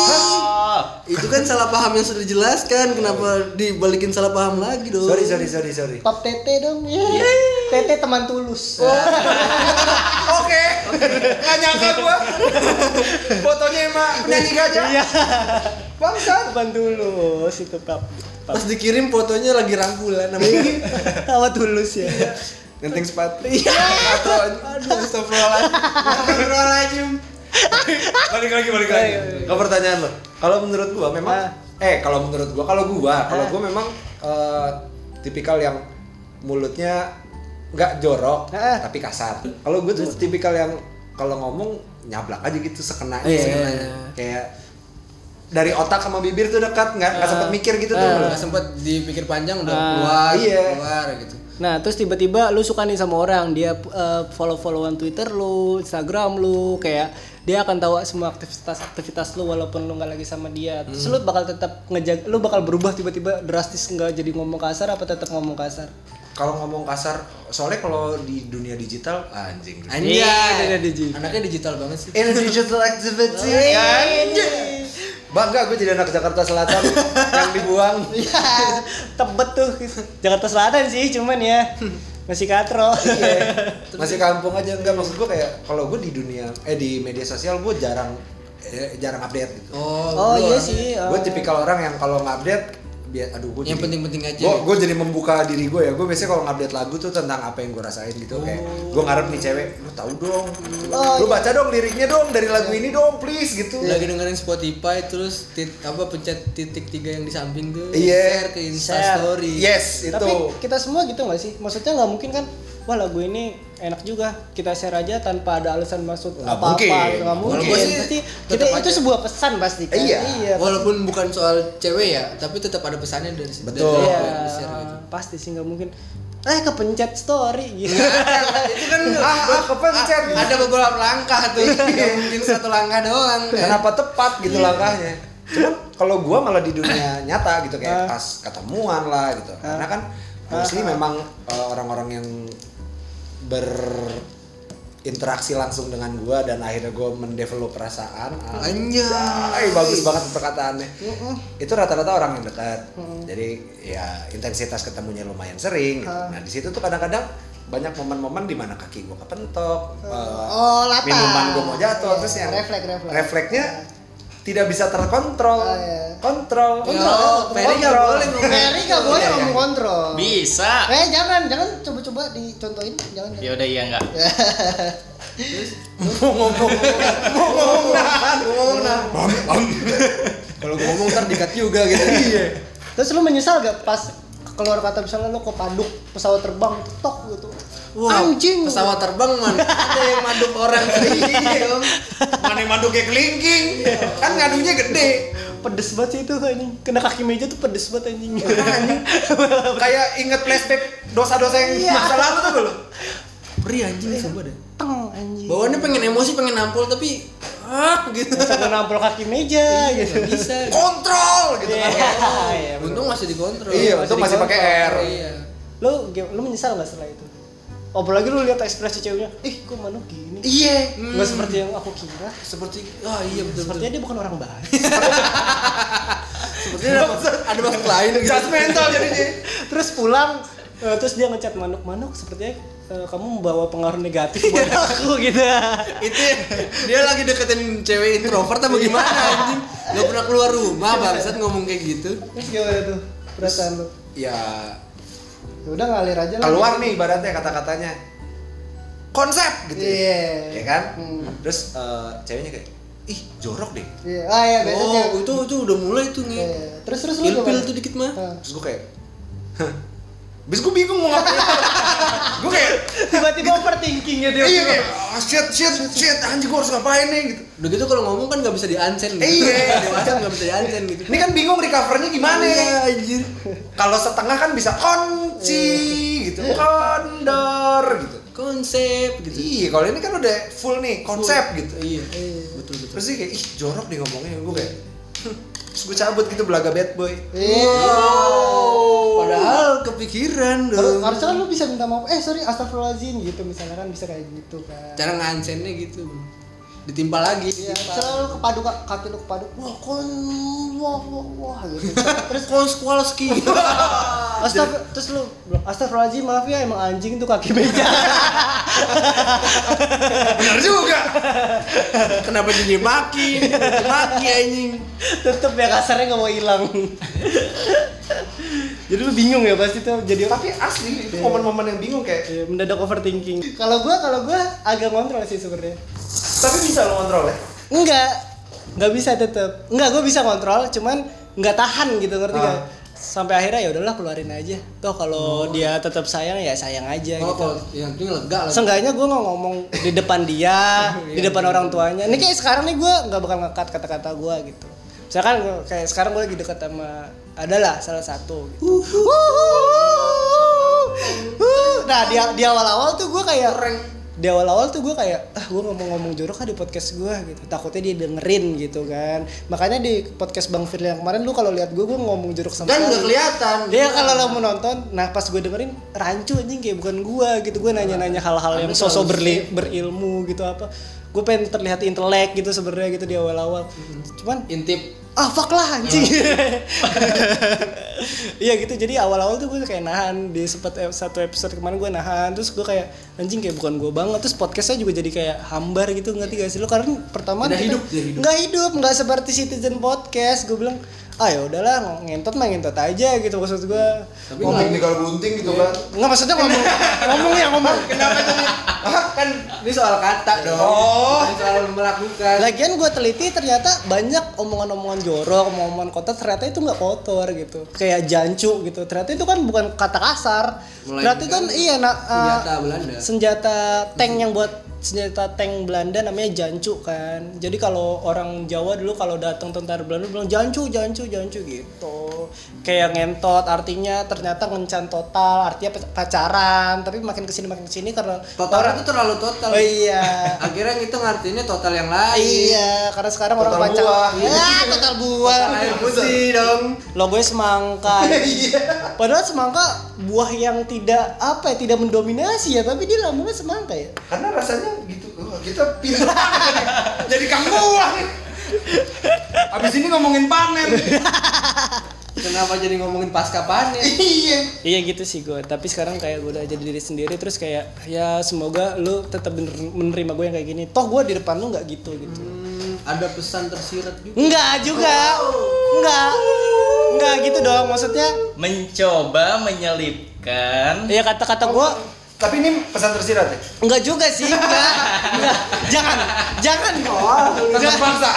Ah, Itu kan kan salah paham yang sudah dijelaskan, kenapa dibalikin salah paham lagi dong? Sorry, sorry, sorry, sorry. Pap Tete dong. Iya. ya Tete teman tulus. Oh, Oke, nggak nyangka gua. Fotonya emang penyanyi gajah. Iya, Bangsat. teman tulus itu Pap. Pap. Pas dikirim fotonya lagi rangkulan namanya. Sama tulus ya. Iya. Genteng sepatu. Iya. Atau aduh, astagfirullahaladzim. Astagfirullahaladzim. balik lagi, balik lagi. Ayo, ayo. Ke pertanyaan lo. Kalau menurut gua memang Ah. eh kalau menurut gua kalau gua, kalau Ah. gua memang eh, tipikal yang mulutnya nggak jorok Ah. tapi kasar. Kalau gua tuh tipikal yang kalau ngomong nyablak aja gitu sekenanya, Iya. sekenanya. Kayak dari otak sama bibir tuh dekat, nggak nggak sempet mikir gitu tuh. Udah sempet dipikir panjang udah Ah, keluar, iya. keluar gitu. Nah, terus tiba-tiba lu suka nih sama orang, dia eh, follow-followan Twitter lu, Instagram lu, kayak dia akan tahu semua aktivitas-aktivitas lu walaupun lu nggak lagi sama dia. Terus lu bakal tetap ngejaga, lu bakal berubah tiba-tiba drastis nggak jadi ngomong kasar apa tetap ngomong kasar? Kalau ngomong kasar, soalnya kalau di dunia digital anjing. Anjay. Iya, dia digital. Anaknya digital banget sih. In digital activity Bangga gue jadi anak Jakarta Selatan yang dibuang. Iya, tebet tuh Jakarta Selatan sih, cuman ya masih katro. Iya. Eh, Masih kampung aja enggak maksud gue kayak kalau gue di dunia eh di media sosial gue jarang eh, jarang update gitu. Oh iya lu orangnya sih. Gue tipikal orang yang kalau nge-update biar aduh gue Yang penting-penting aja. Gue, jadi membuka diri gue ya. Gue biasanya kalau update lagu tuh tentang apa yang gue rasain gitu kayak gue ngarep nih cewek, lu tahu dong. Oh, lu baca dong liriknya dong dari lagu ini dong, please gitu. lagi dengerin Spotify terus tit, apa pencet titik tiga yang di samping tuh Iya. share ke Insta Share. story. Yes, itu. Tapi kita semua gitu nggak sih? Maksudnya nggak mungkin kan? Wah lagu ini enak juga kita share aja tanpa ada alasan maksud Nggak apa-apa mungkin. gitu. nggak Kalau mungkin. gua sih Pasti kita tetap itu aja. sebuah pesan pasti kan. Iya. Walaupun bukan soal cewek ya, tapi tetap ada pesannya dari dari- Betul. dari- Iya, dari share gitu. Pasti sih nggak mungkin. Eh kepencet story gitu. Itu kan Ah, ah, kepencet. a- ada beberapa langkah tuh. Nggak mungkin satu langkah doang kan. kenapa tepat gitu Iya. langkahnya cuman kalau gua malah di dunia nyata gitu kayak Ah. pas ketemuan lah gitu karena kan mostly memang uh, orang-orang yang berinteraksi langsung dengan gua dan akhirnya gua mendevelop perasaan Anjay. Ay, bagus banget perkataannya itu rata-rata orang yang dekat jadi ya intensitas ketemunya lumayan sering Ah. gitu. nah di situ tuh kadang-kadang banyak momen-momen di mana kaki gua kepentok uh, Oh latar. minuman gue mau jatuh terus yang refleks refleks. refleksnya tidak bisa terkontrol Oh, iya. Ah, kontrol kontrol Oh, Ferry nggak kontrol. boleh ngomong. Ferry nggak boleh ngomong kontrol. Bisa. Eh jangan jangan coba-coba dicontohin jangan. Ya udah iya enggak. mau ngomong mau ngomong nahan mau ngomong nahan Nah, Kalau gua ngomong ntar dikat juga gitu. Iya. Terus lu menyesal gak pas keluar kata misalnya lu kepaduk pesawat terbang tok gitu. Wah, Anjing. pesawat terbang man. Ada yang manduk orang Iya dong. mana manduk kayak kelingking kan ngadunya gede pedes banget sih itu anjing. Kena kaki meja tuh pedes banget Iya, anjing. kayak inget flashback dosa-dosa yang masa lalu tuh dulu Pri anjing sumpah deh. Teng anjing. Bawaannya pengen emosi, pengen nampol tapi ah gitu. Bisa nampol kaki meja Iya, nggak gitu. bisa. kontrol gitu Iya. kan iya, bener. Untung masih dikontrol. iya itu masih pakai r Iya. Lu gim- lu menyesal gak setelah itu? Apalagi lu lihat ekspresi ceweknya, ih kok manu gini? iya Nggak seperti yang aku kira. Seperti ah iya betul betul. Hmm. Sepertinya dia bukan orang baik. Sepertinya ada maksud- ada maksud lain gitu. judgmental jadinya terus pulang eh, terus dia ngechat manuk manuk sepertinya eh, kamu membawa pengaruh negatif buat aku gitu Itu ya. dia lagi deketin cewek introvert apa gimana anjing? Gak pernah keluar rumah bangsat ngomong kayak gitu. terus gimana tuh perasaan lu ya ya udah ngalir aja lah keluar nih ibaratnya kata-katanya konsep gitu ya. iya ya kan Hmm. terus eh, ceweknya kayak ih jorok deh iya ah ya biasanya Oh, itu itu udah mulai tuh Iya, nih. iya. terus terus lu Ilpil gimana? tuh dikit mah. Ah. terus gue kayak "Hah." Abis gue bingung mau ngapain Gue kayak tiba-tiba overthinkingnya dia Iya kayak "Ah, Shit shit shit anjing gue harus ngapain nih gitu Udah gitu kalau ngomong kan gak bisa di-unsend gitu. Iya. Di WhatsApp gak bisa di-unsend gitu. Ini kan bingung recovernya gimana ya Iya, anjir. Kalau setengah kan bisa Iya. kunci gitu Kondor gitu Konsep gitu. Iya kalau ini kan udah full nih konsep gitu Iya. Betul betul. Terus dia kayak ih jorok nih ngomongnya Gue kayak "Hah." Terus gue cabut gitu belaga bad boy Oh. Iya. Padahal kepikiran "Eh, Harus- dong. harusnya kan lu bisa minta maaf eh sorry astagfirullahaladzim gitu misalnya kan bisa kayak gitu kan Cara ngansennya gitu. ditimpa lagi Iya, ditimpa. selalu kepaduk kaki lu kepaduk. Wah, kon wah wah wah gitu. terus kalau sekolah ski Astag terus lu bilang, astagfirullahaladzim maaf ya emang anjing tuh kaki beja. benar juga kenapa jadi maki maki anjing Tetep ya kasarnya nggak mau hilang. jadi lu bingung ya pasti tuh jadi tapi asli Iya. itu momen-momen yang bingung kayak eh, mendadak overthinking. Kalau gua kalau gua agak ngontrol sih sebenarnya. tapi bisa lo kontrol ya Enggak. Enggak bisa tetep. Enggak, gua bisa kontrol cuman nggak tahan gitu ngerti Ah. nggak? Sampai akhirnya ya udahlah keluarin aja. Toh kalau dia tetap sayang ya sayang aja oh gitu. kalau yang penting lega lah Seenggaknya gue nggak ngomong di depan dia, di Iya, depan orang tuanya. Ini kayak sekarang nih gue nggak bakal ngekat kata-kata gue gitu. Misalkan gua- kayak sekarang gue lagi deket sama adalah salah satu. Gitu. Uhuhuhuhuhu. Nah di, di awal-awal tuh gue kayak di awal-awal tuh gue kayak ah gue ngomong-ngomong jorok ah di podcast gue gitu takutnya dia dengerin gitu kan makanya di podcast bang Firly yang kemarin lu kalau lihat gue gue ngomong jorok sama kan nggak kelihatan dia Iya, kalau lo mau nonton, nah pas gue dengerin rancu anjing kayak bukan gua gitu gue nanya-nanya hal-hal yang sosok berli- berilmu gitu apa gue pengen terlihat intelek gitu sebenarnya gitu di awal-awal cuman intip ah fuck lah anjing iya gitu jadi awal-awal tuh gue kayak nahan di sempat ep- satu episode kemarin gue nahan terus gue kayak anjing kayak bukan gue banget terus podcastnya juga jadi kayak hambar gitu ngerti gak sih lo karena pertama Nggak kita- hidup, nggak hidup. nggak hidup nggak seperti citizen podcast gue bilang ah ya udahlah ngentot mah ngentot aja gitu maksud gue tapi ngomong nggak- Iya. tinggal bunting gitu kan nggak maksudnya ngomong ngomong ya ngomong kan ini soal kata dong Oh. Ini soal melakukan Lagian gue teliti ternyata banyak omongan-omongan jorok, omongan kotor ternyata itu nggak kotor gitu. Kayak jancu gitu. Ternyata itu kan bukan kata kasar. Melainkan ternyata itu kan iya nak senjata Belanda. Hmm. Senjata tank yang buat senjata tank Belanda namanya jancu kan. Jadi kalau orang Jawa dulu kalau datang tentara Belanda bilang jancu, jancu, jancu gitu. Kayak ngentot artinya ternyata ngencan total, artinya pacaran. Tapi makin kesini makin kesini karena total itu terlalu total Oh iya. akhirnya kita ngartinya total yang lain Iya, karena sekarang orang Total pacar. buah. Ya, total buah. air putih dong Logonya semangka. Iya. Padahal semangka buah yang tidak apa ya, tidak mendominasi ya, tapi dia namanya semangka ya. karena rasanya gitu wah, kita pindah jadi kang buah Iya. nih. abis ini ngomongin panen kenapa jadi ngomongin pasca panen iya Iya gitu sih gue, tapi sekarang kayak gue udah jadi diri sendiri terus kayak ya semoga lu tetap bener- menerima gue yang kayak gini. Toh gue di depan lu nggak gitu gitu. Hmm, ada pesan tersirat juga Enggak juga. Enggak. Enggak gitu dong maksudnya. mencoba menyelipkan Ya kata-kata gue tapi ini pesan tersirat ya Enggak juga sih, enggak. enggak. Jangan, jangan. Jangan terpaksa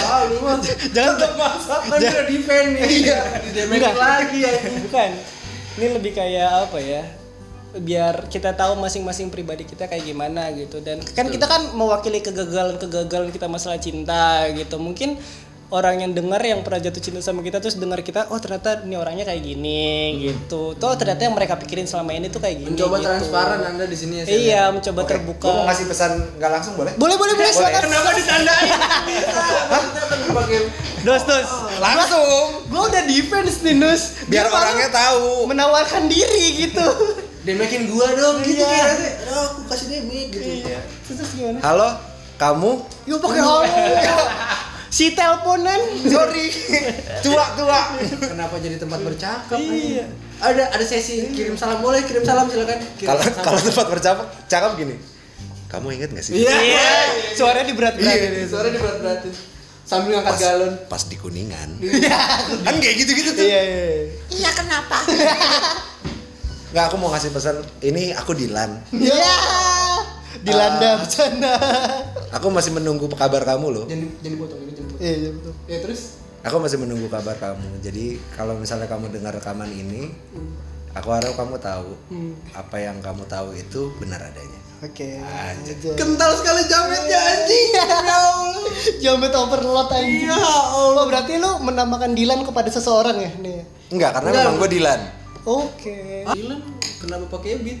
ah lu mah Jangan kan udah defend nih di Enggak. lagi ya Bukan. Ini lebih kayak apa ya? Biar kita tahu masing-masing pribadi kita kayak gimana gitu. Dan kan kita kan mewakili kegagalan-kegagalan kita masalah cinta gitu. Mungkin orang yang dengar yang pernah jatuh cinta sama kita terus dengar kita oh ternyata ini orangnya kayak gini Hmm. gitu. Tuh ternyata yang mereka pikirin selama ini tuh kayak gini. mencoba gitu. transparan anda di sini ya Sen. Iya, mencoba Oke, terbuka. gua mau ngasih pesan nggak langsung boleh Boleh, boleh, boleh, silakan. kenapa ditandain Hah? kita kan pakai Dos, dos. Oh, langsung Gue udah defense nih Nus biar Dia malah orangnya tahu menawarkan diri gitu demekin gua dong gitu Iya. kan? kira oh aku kasih demik gitu Terus terus gimana? halo kamu Gue pakai halo Si teleponan sorry tua tua kenapa jadi tempat bercakap Iya. anjing? ada ada sesi kirim salam boleh kirim salam silakan Kirim kalau salam. kalau tempat bercakap cakap gini kamu inget gak sih Iya. Suaranya diberat beratin Iya, suara diberat-beratin. Sambil ngangkat galon. pas di kuningan kan kayak gitu gitu tuh Iya iya nggak aku mau ngasih pesan ini aku Dilan Iya Ah. Dilanda bercanda aku masih menunggu kabar kamu loh Jangan di- jangan dipotong ini, jangan dipotong. Iya iya betul Ya terus Aku masih menunggu kabar kamu. Jadi kalau misalnya kamu dengar rekaman ini, aku harap kamu tahu apa yang kamu tahu itu benar adanya. Oke Anjay. aja. kental sekali jametnya anjing. Ya Allah. Jamet overload anjing Ya Allah. Oh berarti lu menambahkan Dilan kepada seseorang ya nih Enggak, karena Enggak. memang gue Dilan. Oke Dylan kenapa pakai beat?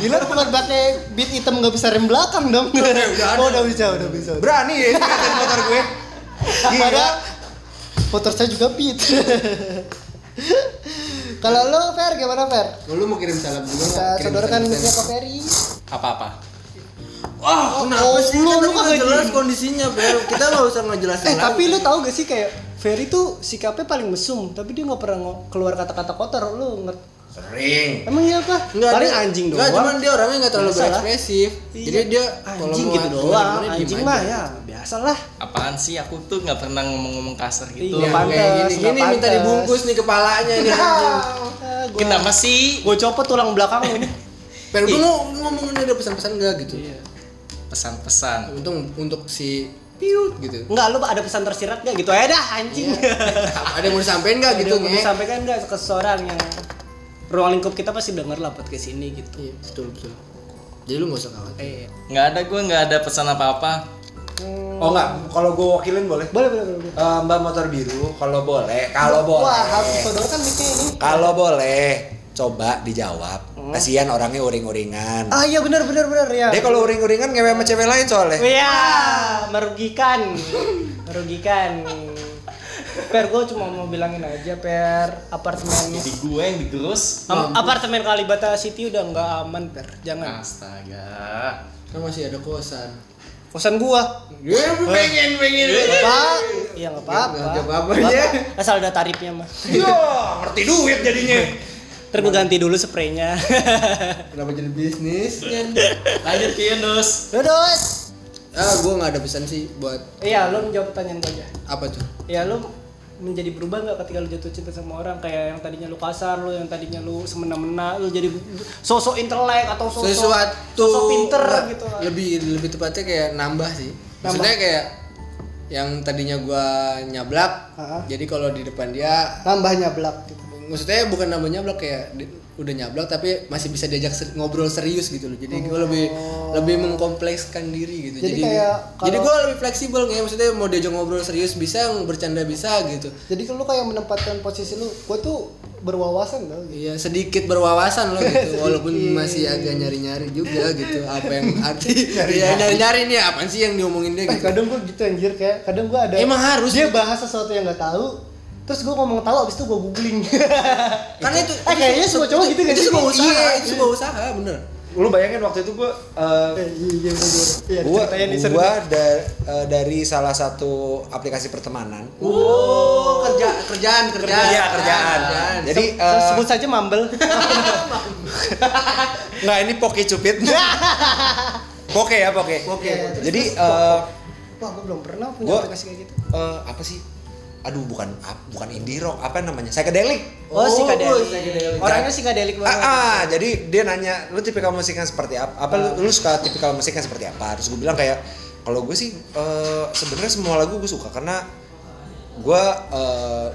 Dilan bukan pakai beat hitam gak bisa rem belakang dong udah ada. Oh udah bisa udah bisa Berani ya ini ngatain motor gue. Iya. Padahal motor saya juga pit. Kalau lo Fer gimana Fer? Oh, lu mau kirim salam juga Kita nggak? Kirim sodorkan salam. misalnya ke Ferry. apa-apa Wah, kenapa oh, sih? lu- lu Kan tadi nggak lagi. jelas kondisinya, Bel. Kita nggak usah ngejelasin Eh lagi. tapi lu tahu gak sih kayak Ferry tuh sikapnya paling mesum, tapi dia nggak pernah ngo- keluar kata-kata kotor. Lu nggak sering emang iya apa? Nggak, paling dia- anjing doang. nggak, cuman dia orangnya nggak terlalu Biasa lah. berekspresif. Iya. Jadi dia kalau anjing mau gitu ngomong doang. gimana, diem Anjing aja. mah ya biasalah. apaan sih aku tuh nggak pernah ngomong-ngomong kasar gitu Iya. Iya, Nggak kayak pantas, gini, gini nggak minta pantas. dibungkus nih kepalanya nih. Iya, anjing. Ah, gua- kenapa sih Gua copot tulang belakang lu nih. Pero Iya. gue mau ngomongin ada pesan-pesan nggak gitu. pesan-pesan Untung untuk si piut gitu. Iya. Enggak, lu ada pesan tersirat gak gitu? Eh dah anjing. Apa Ada yang mau disampaikan nggak gitu, Gitu, Nge? disampaikan gak ke seseorang yang ruang lingkup kita pasti denger lah podcast ini gitu. Iya, betul betul. Jadi lu nggak usah khawatir. Eh, nggak ada gue nggak ada pesan apa-apa oh enggak kalau gue wakilin boleh boleh boleh boleh. boleh. Eh, mbak motor biru kalau boleh kalau boleh Wah, habis sodor kan mic ini. kalau boleh coba dijawab kasihan orangnya uring-uringan Ah iya benar benar benar ya. dia kalau uring-uringan ngewe sama cewek lain soalnya Iya, merugikan. merugikan. Per, gue cuma mau bilangin aja, Per, apartemen jadi gue yang digerus um, Am- apartemen Kalibata City udah nggak aman, Per. Ah. Jangan. astaga Kan masih ada kosan. Kosan gua. Gue pengen pengen. Apa? Iya nggak apa-apa. Nggak apa-apa, Nggak ya. apa-apa. Asal ada tarifnya mah. yo ngerti duit jadinya Ntar gua ganti dulu spraynya. Kenapa jadi bisnis? lanjut ke Yunus Terus. ah, gue nggak ada pesan sih buat Iya, lu menjawab pertanyaan gua aja. apa tuh? Ya lu menjadi berubah nggak ketika lu jatuh cinta sama orang kayak yang tadinya lu kasar lu yang tadinya lu semena-mena lu jadi sosok intelek atau sosok sesuatu sosok pinter nggak, gitu kan. lebih lebih tepatnya kayak nambah sih maksudnya kayak yang tadinya gua nyablak Ha-ha. jadi kalau di depan dia nambahnya belak gitu maksudnya bukan namanya nyablak kayak di- udah nyablak tapi masih bisa diajak ser- ngobrol serius gitu loh jadi gua lebih lebih mengkomplekskan diri gitu Oh. Jadi kayak kalau- jadi gua lebih fleksibel kayak maksudnya mau diajak ngobrol serius bisa bercanda bisa gitu jadi lu kayak menempatkan posisi lu gue tuh berwawasan loh gitu. Iya sedikit berwawasan loh gitu walaupun masih agak nyari-nyari juga gitu apa yang arti ya nyari-nyari nih apaan sih yang diomongin Eh, dia gitu kadang gue gitu anjir kayak kadang gue ada Emang harus, dia gitu. bahas sesuatu yang nggak tahu terus gue ngomong tahu abis itu gue googling karena itu Eh, kayaknya itu- semua cowok gitu nggak itu sih? sebuah usaha Iya. itu sebuah usaha bener lu bayangin waktu itu gue Eh, iya iya bener. Iya, gua ceritain nih, gua serius. da- eh, dari salah satu aplikasi pertemanan oh kerja kerjaan kerjaan Iya, kerjaan. Jadi Se- eh, sebut saja mambel nggak nah, ini poke cupit. poke ya Ya. poke. Poke. Jadi eh, wah gue belum pernah punya Gua- aplikasi kayak gitu eh, apa sih? Aduh bukan ap- bukan indie rock apa namanya? Psychedelic. Oh, Oh, psychedelic. psychedelic. Orangnya psychedelic Ah, banget. ah, jadi dia nanya lu tipikal musiknya seperti apa? Apa Ah. lu- lu, suka tipikal musiknya seperti apa? Terus gue bilang kayak kalau gue sih eh, sebenarnya semua lagu gue suka karena gue eh,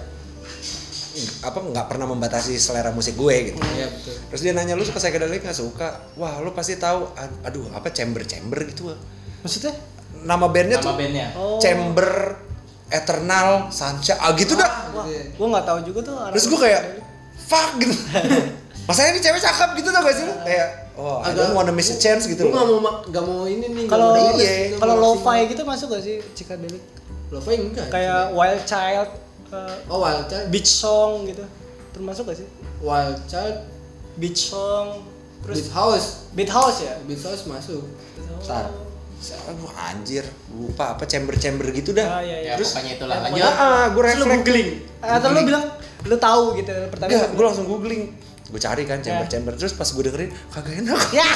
apa nggak pernah membatasi selera musik gue gitu. iya betul Terus dia nanya lu suka psychedelic nggak suka? Wah lu pasti tahu. Ad- Aduh apa chamber chamber gitu? Maksudnya? Nama bandnya nama tuh bandnya Oh. Chamber Eternal Sunshine ah gitu dah. Oh. Wah, Iya. gue nggak tahu juga tuh. orang Terus gue kayak fuck gitu. Masanya ini cewek cakep gitu tau gak sih lu? Kayak oh I don't wanna miss a chance gitu Gua nggak loh. mau ma- nggak mau ini nih nggak kalau mau Iya. dangdut, nggak kalau mau lo-fi gitu masuk gak sih psychedelic? single. lo-fi enggak Kayak Wild Child, uh, oh wild child Beach Song gitu. Termasuk gak sih? wild child Beach Song, beat terus house Beat House ya? beat house masuk Bentar. Aduh anjir, lupa apa chamber-chamber gitu dah. Ah, iya, iya. ya pokoknya itulah lanjut Ah, ah, Terus gue lu refleks. googling. Eh, Atau lu bilang lu tahu gitu pertama. Enggak, kali. gue langsung googling gue cari kan chamber chamber terus pas gue dengerin kagak enak Ya.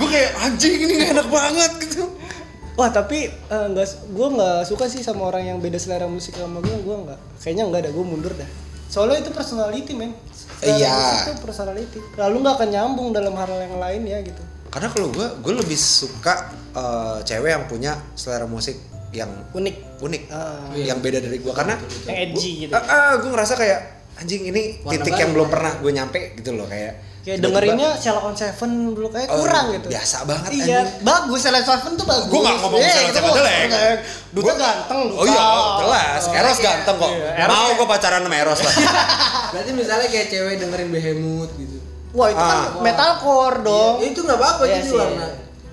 gue kayak anjing ini gak enak banget gitu Wah tapi eh, nggak, gue nggak suka sih sama orang yang beda selera musik sama gue, gue nggak, kayaknya nggak ada, gue mundur dah. Soalnya itu personality men. Selera Iya. musik Itu personality. Lalu nggak akan nyambung dalam hal yang lain ya gitu. karena kalau gue gue lebih suka eh, cewek yang punya selera musik yang Unik. unik Ah. yang beda dari gue karena Yang edgy gitu. ah, ah, gue ngerasa kayak anjing ini Warna titik baru, yang belum warna pernah gue nyampe gitu loh kayak Kayak tiba-tiba, dengerinnya Sheila on Seven dulu kayak Oh, kurang gitu. biasa banget, Iya, bagus Sheila on Seven tuh bagus. gue gak ngomong Iya, selera kita cewek mau- jelek Duta Gua- ganteng. Duta. oh iya jelas Oh, Eros iya. ganteng kok Iya, Eros mau gue pacaran sama Eros lah berarti misalnya kayak cewek dengerin behemoth gitu Wah itu kan Ah. metalcore dong. Ya, itu nggak apa-apa Iya jadi sih. warna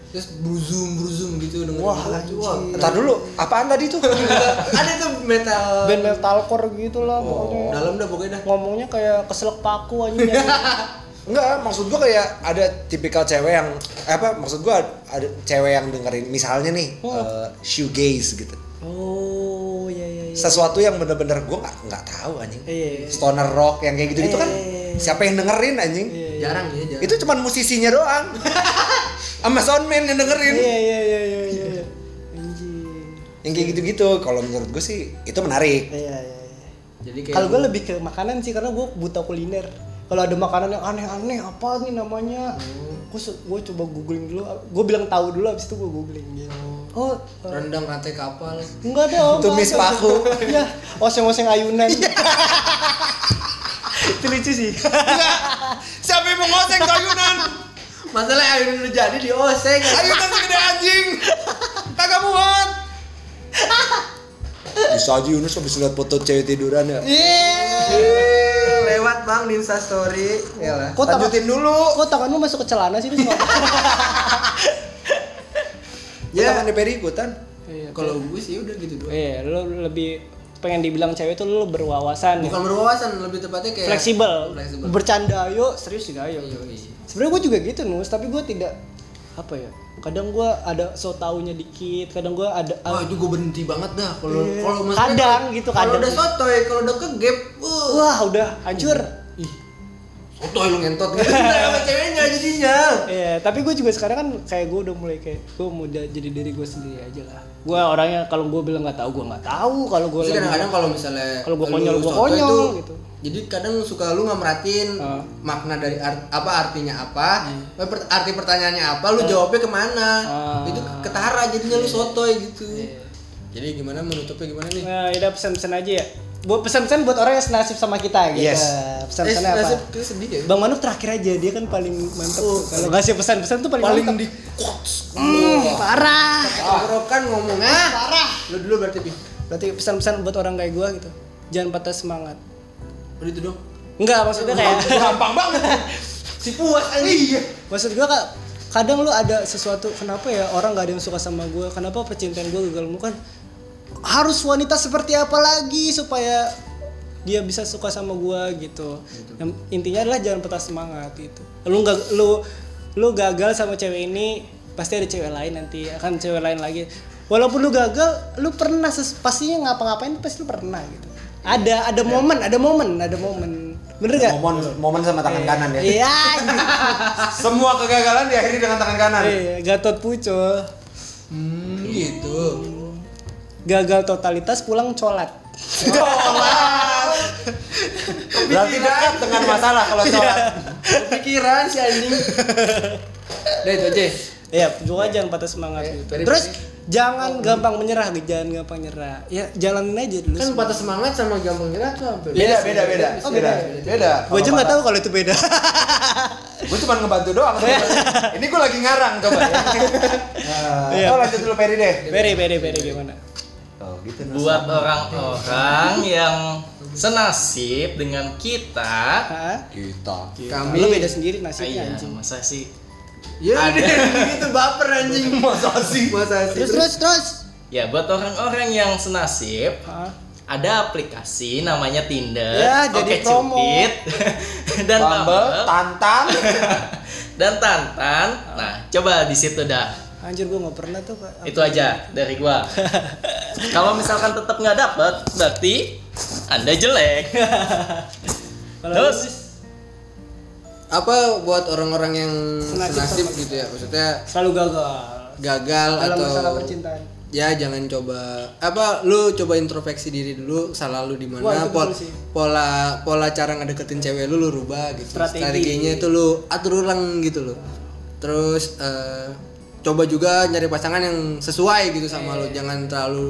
terus bruzum bruzum gitu dengerin Wah, gitu. anjing. ntar dulu apaan tadi tuh ada tuh metal Band metalcore gitu lah pokoknya. dalam dah pokoknya dah ya. ngomongnya kayak keselak paku aja Enggak, maksud gua kayak ada tipikal cewek yang eh, apa? Maksud gua ada cewek yang dengerin misalnya nih eh, shoegaze gitu. Oh, iya iya iya. Sesuatu yang bener-bener gua nggak nggak tahu anjing. Iya, iya, iya. Stoner rock yang kayak gitu-gitu kan Iya, iya, iya. siapa yang dengerin anjing? Iya, iya. jarang ya jarang Itu cuman musisinya doang. Sama soundman yang dengerin. Iya iya iya iya iya. iya. Anjing. Yang kayak gitu-gitu. Kalau menurut gua sih itu menarik. Iya iya iya. jadi kayak Kalau gue lebih ke makanan sih karena gue buta kuliner. Kalau ada makanan yang aneh-aneh apa nih namanya? Gue gue coba googling dulu. Gue bilang tahu dulu abis itu gue googling gitu. Oh, eh, rendang rantai kapal enggak ada om. Tumis enggak ada. paku. Iya, oseng-oseng ayunan. itu lucu sih. Siapa yang mau ngoseng kayunan? masalah ayun udah jadi di E, oseng Kayunan segede anjing. Kagak muat. Bisa aja Yunus habis lihat foto cewek tiduran ya. Iya. lewat bang di instastory ya lah Kok tangan, Lanjutin dulu. kok tangan lu masuk ke celana sih itu Ya. Tangan DPR ikutan. Iya. kalau gue sih udah gitu doang Iya, lu lebih pengen dibilang cewek tuh lu berwawasan. ya. bukan berwawasan lebih tepatnya kayak fleksibel. Iya. fleksibel Iya. Bercanda ayo, serius juga ayo. Yoi. sebenarnya gue juga gitu nus tapi gue tidak apa ya kadang gue ada so taunya dikit kadang gue ada ah, Wah, Oh, itu gue berhenti banget dah kalau Iya. kalau maksudnya Kadang gitu, kadang. Kalau udah sotoy, kalau udah ke gap, uh, wah udah hancur ih. Sotoy lu ngentot gitu sama ceweknya jadinya. Iya, tapi gue juga sekarang kan kayak gue udah mulai kayak gue udah jadi diri gue sendiri aja lah. Gue orangnya kalau gue bilang nggak tahu gue nggak tahu kalau gue Terus lagi- kadang-kadang kalau misalnya Kalau gua lu konyol, gua sotoy konyol, tuh, gitu. Jadi kadang suka lu nggak merhatiin Ah. Hmm. makna dari art- apa artinya apa, per- arti pertanyaannya apa, lu jawabnya kemana. Ah. Iya. Itu ketara jadinya lu sotoy gitu. Jadi gimana menutupnya gimana nih? Nah, udah pesan-pesan aja ya. Buat pesan-pesan buat orang yang senasib sama kita gitu. Yes. Nah, Pesan-pesannya apa? nasib Eh, kita sedih ya. Bang Manuf terakhir aja dia kan paling mantep. tuh. kalau ngasih pesan-pesan tuh paling, Paling mantep. di quotes. parah. Tenggorokan ngomong ah. Parah. Lu dulu berarti pi. Berarti pesan-pesan buat orang kayak gue gitu. Jangan patah semangat. Udah itu dong. Enggak, maksudnya kayak gampang banget si puas iya maksud gue kak kadang lu ada sesuatu kenapa ya orang gak ada yang suka sama gue kenapa percintaan gue gagal mulu kan harus wanita seperti apa lagi supaya dia bisa suka sama gue gitu Yang intinya adalah jangan patah semangat gitu lu gak lu lu gagal sama cewek ini pasti ada cewek lain nanti akan cewek lain lagi walaupun lu gagal lu pernah ses- pastinya ngapa-ngapain pasti lu pernah gitu ada ada momen ada momen ada momen bener gak Iya. Momen momen sama tangan kanan ya. iya gitu. Semua kegagalan diakhiri dengan tangan kanan. Iya, Gatot Pucul hmm gitu gagal totalitas pulang colat. Berarti dekat dengan masalah kalau sholat. kepikiran si anjing udah itu aja Ya, juga jangan patah semangat Eh, gitu. very Terus baik. jangan gampang menyerah, gitu. jangan gampang nyerah. Ya jalanin aja dulu. kan patah semangat sama gampang nyerah tuh hampir Beda beda beda. Oh, beda. beda. Beda. Gue aja nggak tahu kalau itu beda. Gue cuma ngebantu doang. Ini gue lagi ngarang coba. ya. Nah, Iya. Oh lanjut dulu Peri deh. beri, beri, beri gimana? Oh gitu. buat orang-orang yang senasib dengan kita Hah? Kita. Kami- Lo beda sendiri ah, nasibnya iya anjing. masa sih ya udah gitu baper anjing masa sih masa sih Terus, terus, terus. ya buat orang-orang yang senasib Hah? ada aplikasi namanya Tinder, Ya, jadi promo. Cupid, dan Bumble, Bumble, Tantan. dan Tantan. Nah, coba di situ dah. Anjir gue nggak pernah tuh Pak. Itu aja dari gua. Kalau misalkan tetap nggak dapet, berarti anda jelek. Kalau Terus, apa buat orang-orang yang Senasib senasib sama gitu ya maksudnya selalu gagal gagal dalam atau masalah percintaan. ya jangan coba apa lu coba introspeksi diri dulu salah lu di Wah, mana itu pol- betul sih. pola pola cara ngedeketin cewek lu lu rubah gitu Strategi. strateginya itu lu atur ulang gitu loh terus eh, coba juga nyari pasangan yang sesuai gitu sama Iya, lu jangan terlalu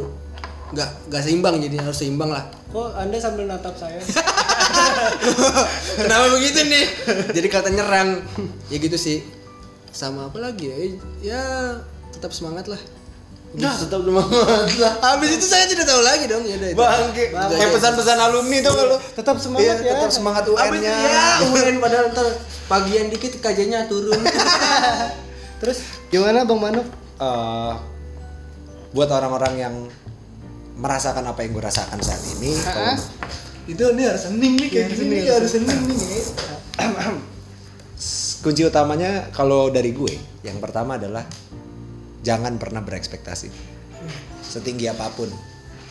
nggak nggak seimbang jadi harus seimbang lah Kok anda sambil natap saya? kenapa begitu nih jadi kelihatan nyerang ya gitu sih sama apa lagi ya ya tetap semangat lah Nah, tetap semangat lah. Habis itu saya tidak tahu lagi dong. Ya udah itu. Bangke. Kayak pesan-pesan alumni tuh lu. Tetap semangat Iya, ya. tetap semangat UN-nya. UN ya, padahal ntar pagian dikit kajiannya turun. Terus gimana Bang Manuk? eh buat orang-orang yang merasakan apa yang gue rasakan saat ini kalau itu ini harus hening nih kayak gini nih harus hening nih. kunci utamanya kalau dari gue yang pertama adalah jangan pernah berekspektasi setinggi apapun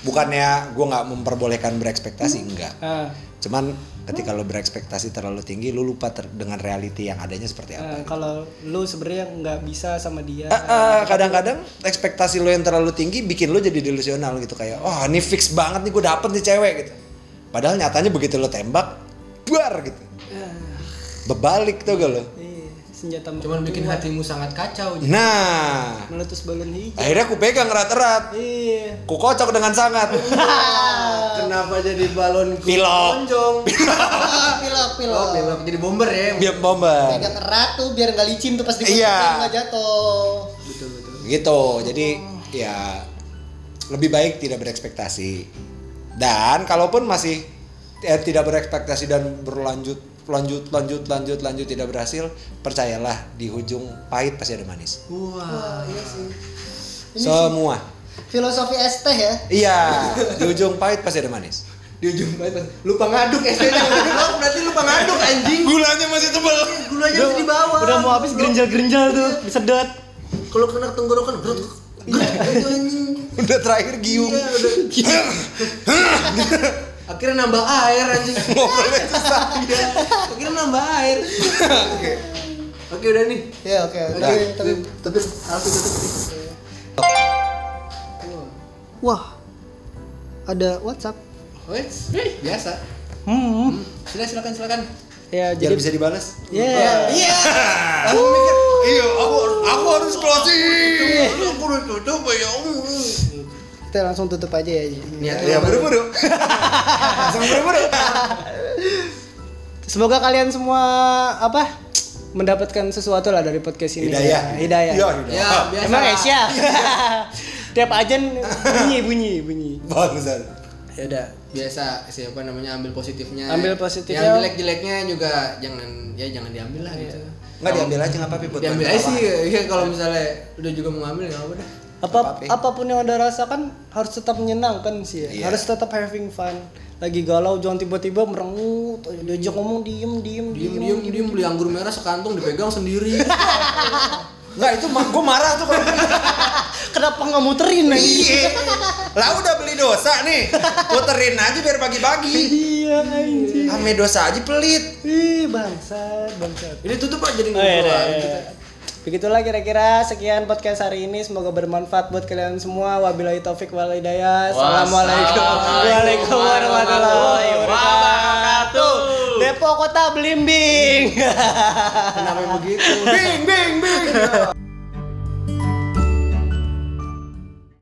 bukannya gue nggak memperbolehkan berekspektasi enggak Ah, cuman ketika lo berekspektasi terlalu tinggi lo lupa ter- dengan reality yang adanya seperti ah, apa kalau lu sebenarnya nggak bisa sama dia Ah, ah, kadang-kadang ekspektasi lo yang terlalu tinggi bikin lo jadi delusional gitu kayak wah ini fix banget nih gue dapet nih cewek gitu padahal nyatanya begitu lo tembak buar gitu berbalik tuh gak lo Iya, senjata Cuman meletus- bikin hatimu sangat kacau. jadi nah meletus balon hijau akhirnya ku pegang erat-erat iya ku kocok dengan sangat Kenapa jadi balon Pilok. Lonjong. pilok Oh, pilok pilok jadi bomber ya. biar bomber pegang erat tuh biar nggak licin tuh pas diputusin Iya. nggak jatuh Betul betul. gitu jadi ya lebih baik tidak berekspektasi dan kalaupun masih eh, tidak berekspektasi dan berlanjut lanjut lanjut lanjut lanjut tidak berhasil percayalah di ujung pahit pasti ada manis Wah. iya sih Ini semua filosofi es teh ya iya di ujung pahit pasti ada manis Di ujung banget. Lupa ngaduk SD-nya. Lu berarti lupa ngaduk anjing. gulanya masih tebal Gulanya harus di bawah. udah mau habis gerinjal-gerinjal tuh Iya. disedot Kalau kena tenggorokan grut. Gitu, anjing. udah terakhir giung Iya, udah. Akhirnya nambah air anjing. ngobrolnya susah Iya. Akhirnya nambah air. Oke udah nih. ya oke oke Nah. tapi Tutup, Alfi tutup. wah ada WhatsApp Wait, biasa. hmm. Sudah silakan silakan. ya biar jadi bisa dibalas ya Iya. iya aku aku harus closing Iya. Eh. Lu kudu tutup ya. kita langsung tutup aja ya Niatnya ya buru-buru langsung buru-buru semoga kalian semua apa mendapatkan sesuatu lah dari podcast ini hidayah hidayah ya, Ya, hidayah. biasa. Emang Asia? Tiap ajan bunyi bunyi bunyi. Bangsat. Ya udah. biasa siapa namanya ambil positifnya Ambil positifnya. yang jelek jeleknya juga jangan ya jangan diambil lah gitu Nggak diambil aja nggak apa-apa buat diambil aja sih ya kalau misalnya udah juga mau ngambil nggak apa dah Apa Apa-apa. apapun yang anda rasakan harus tetap menyenangkan sih ya. Iya. Harus tetap having fun. Lagi galau jangan tiba-tiba merengut, diajak ngomong diem diem diem diem diem beli anggur merah sekantung dipegang sendiri Nggak itu mah gue marah tuh kalau Kenapa nggak muterin lagi? Iya. Lah udah beli dosa nih. Puterin aja biar pagi-pagi. Iya anjing. Ame dosa aja pelit. Ih bangsat bangsat. ini tutup aja jadi Oh, iya, iya, ngobrol iya. Begitulah kira-kira sekian podcast hari ini semoga bermanfaat buat kalian semua. Wabillahi taufik wal hidayah. Assalamualaikum. Waalaikumsalam warahmatullahi wabarakatuh. Depok Kota Blimbing. kenapa begitu Bing bing bing.